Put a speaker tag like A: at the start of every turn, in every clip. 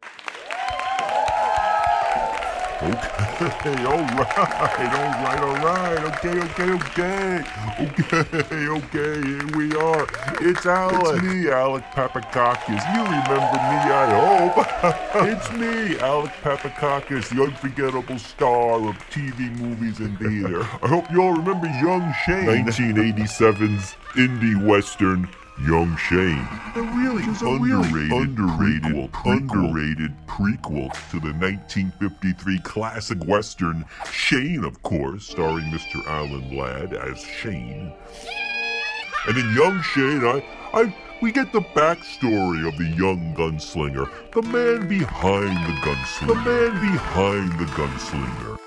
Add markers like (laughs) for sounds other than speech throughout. A: (laughs) Okay, all right, all right, all right. Okay, okay, okay. Okay, okay, here we are. It's Alec. It's me, Alec Papakakis. You remember me, I hope. (laughs) it's me, Alec Papakakis, the unforgettable star of TV, movies, and theater. I hope you all remember Young Shane. 1987's indie western Young Shane. A really underrated, underrated, underrated prequel to the 1953 classic western Shane, of course, starring Mr. Alan Ladd as Shane. And in Young Shane, I, I, we get the backstory of the young gunslinger, the man behind the gunslinger, the man behind the gunslinger.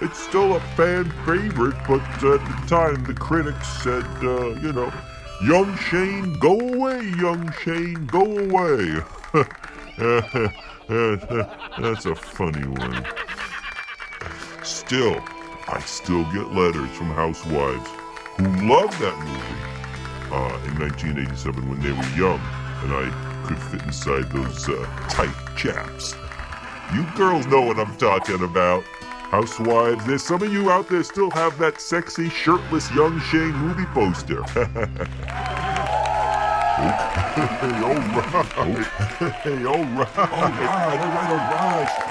A: It's still a fan favorite, but uh, at the time the critics said, uh, you know, Young Shane, go away, Young Shane, go away. (laughs) That's a funny one. Still, I still get letters from housewives who love that movie uh, in 1987 when they were young, and I could fit inside those uh, tight chaps. You girls know what I'm talking about. Housewives, there's some of you out there still have that sexy, shirtless young Shane movie poster. (laughs) okay, all right. (laughs) Okay, all right. All right, all right, all right.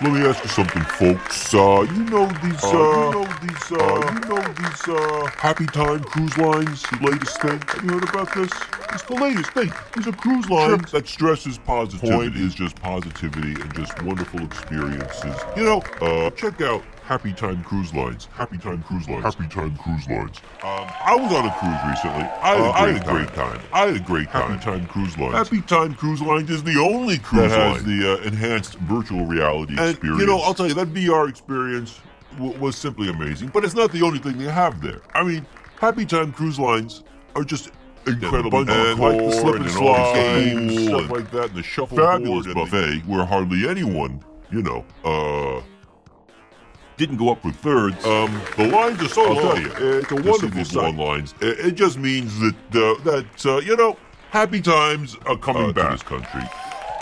A: Let me ask you something, folks. Uh, you know these, uh, you know these, uh, you know these, uh, Happy Time Cruise Lines, the latest thing. Have you heard about this? It's the latest thing. These are cruise lines that stresses positivity. Point is just positivity and just wonderful experiences. You know, uh, check out Happy Time Cruise Lines. Happy Time Cruise Lines. Happy Time Cruise Lines. Um, I was on a cruise recently. I had, a, great time. I had a great time. Happy Time Cruise Lines. Happy Time Cruise Lines is the only cruise that has the uh, enhanced virtual reality experience. You know, I'll tell you that VR experience w- was simply amazing. But it's not the only thing they have there. I mean, Happy Time Cruise Lines are just incredible and, like the slip and, slide games, and stuff like that, and the shuffle fabulous buffet where hardly anyone, you know, uh, didn't go up for thirds. Um, the lines are so long. it's a wonderful sight. lines. It, it just means that uh, that uh, you know, happy times are coming back Uh, to this country.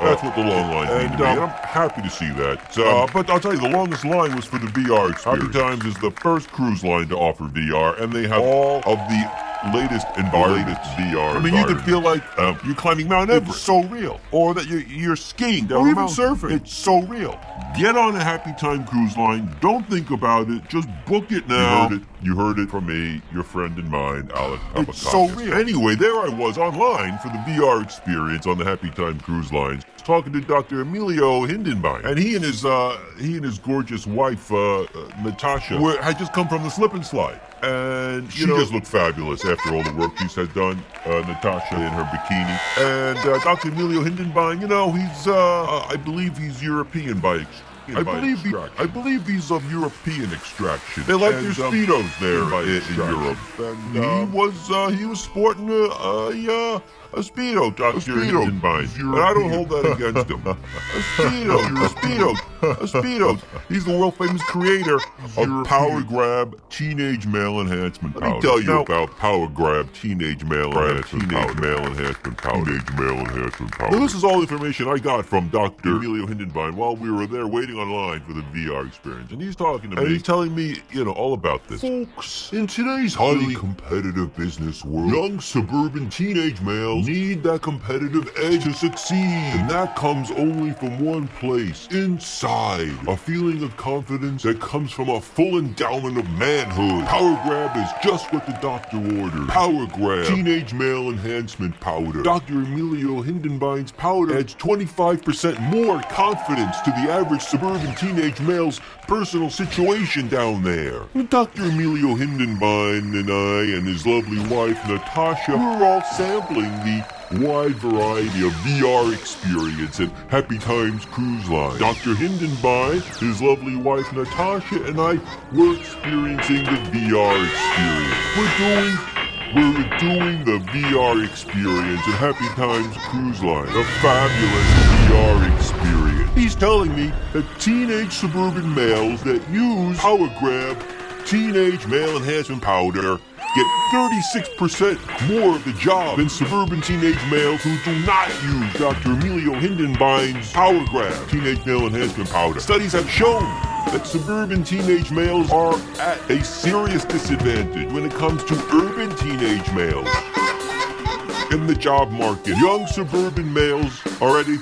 A: That's what the long lines mean to me. and uh, I'm happy to see that. Uh, but I'll tell you, the longest line was for the VR experience. Happy Times is the first cruise line to offer VR, and they have all of the latest environments. VR. I mean, you can feel like you're climbing Mount Everest. Um, It's so real. Or that you're, you're skiing down or even surfing. It's so real. Get on a Happy Time cruise line. Don't think about it. Just book it now. You heard it. You heard it from me, your friend and mine, Alec It's so real. Anyway, there I was online for the VR experience on the Happy Time cruise lines, talking to Dr. Emilio Hindenbein, and he and his uh, he and his gorgeous wife uh, uh, Natasha were, had just come from the slip and slide. And she just looked fabulous after all the work she's had done. Uh, Natasha in her bikini, and uh, Dr. Emilio Hindenbein. You know, he's uh, I believe he's European by ex- I believe, he, I believe he's of European extraction. um, They like their speedos there i- in Europe. he was uh, he was sporting a a, uh, a speedo, Doctor Hindenbein. And I don't hold that against him. a speedo, a speedo, a speedo. He's the world famous creator of power grab, teenage male enhancement powder. Let me tell you about power grab, teenage male enhancement powder. Teenage male enhancement powder. Teenage male enhancement powder. Well, this is all information I got from Doctor Emilio Hindenbein while we were there waiting online for the VR experience, and he's talking to me. And he's telling me, you know, all about this. Folks, in today's highly competitive business world, young suburban teenage males need that competitive edge to succeed. And that comes only from one place inside. A feeling of confidence that comes from a full endowment of manhood. Power Grab is just what the doctor ordered. Power Grab. Teenage male enhancement powder. Dr. Emilio Hindenbein's powder adds 25% more confidence to the average suburban teenage male's personal situation down there. Dr. Emilio Hindenbein and I and his lovely wife Natasha were all sampling the wide variety of VR experience at Happy Times Cruise Line. Dr. Hindenbein, his lovely wife Natasha, and I were experiencing the VR experience. We're doing we're doing the VR experience at Happy Times Cruise Line, a fabulous VR experience. He's telling me that teenage suburban males that use Power Grab, teenage male enhancement powder, get 36% more of the job than suburban teenage males who do not use Dr. Emilio Hindenbein's Power Grab teenage male enhancement powder. Studies have shown that suburban teenage males are at a serious disadvantage when it comes to urban teenage males in the job market. Young suburban males are at a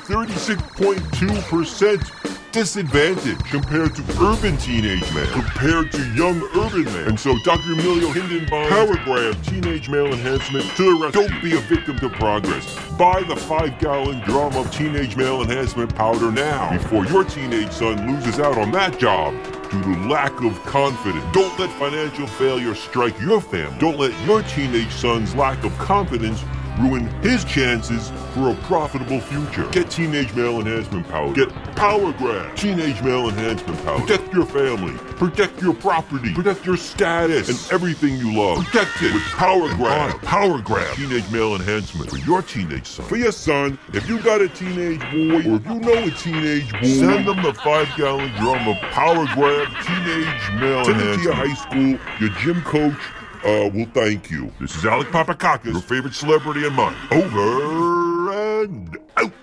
A: 36.2% disadvantage compared to urban teenage men, compared to young urban men. And so Dr. Emilio Hindenburg, Power Grab, Teenage Male Enhancement, to the rescue. Don't be a victim to progress. Buy the five-gallon drum of Teenage Male Enhancement powder now before your teenage son loses out on that job due to lack of confidence. Don't let financial failure strike your family. Don't let your teenage son's lack of confidence ruin his chances for a profitable future. Get teenage male enhancement powder. Get power grab. Teenage male enhancement powder. Protect your family. Protect your property. Protect your status and everything you love. Protect it with power grab. Power grab. Teenage male enhancement for your teenage son. For your son, if you got a teenage boy or if you know a teenage boy, send them the five gallon drum of power grab. Teenage male send enhancement. Send it to your high school, your gym coach, uh, well, thank you. This is Alec Papakakis, your favorite celebrity and mine. Over and out.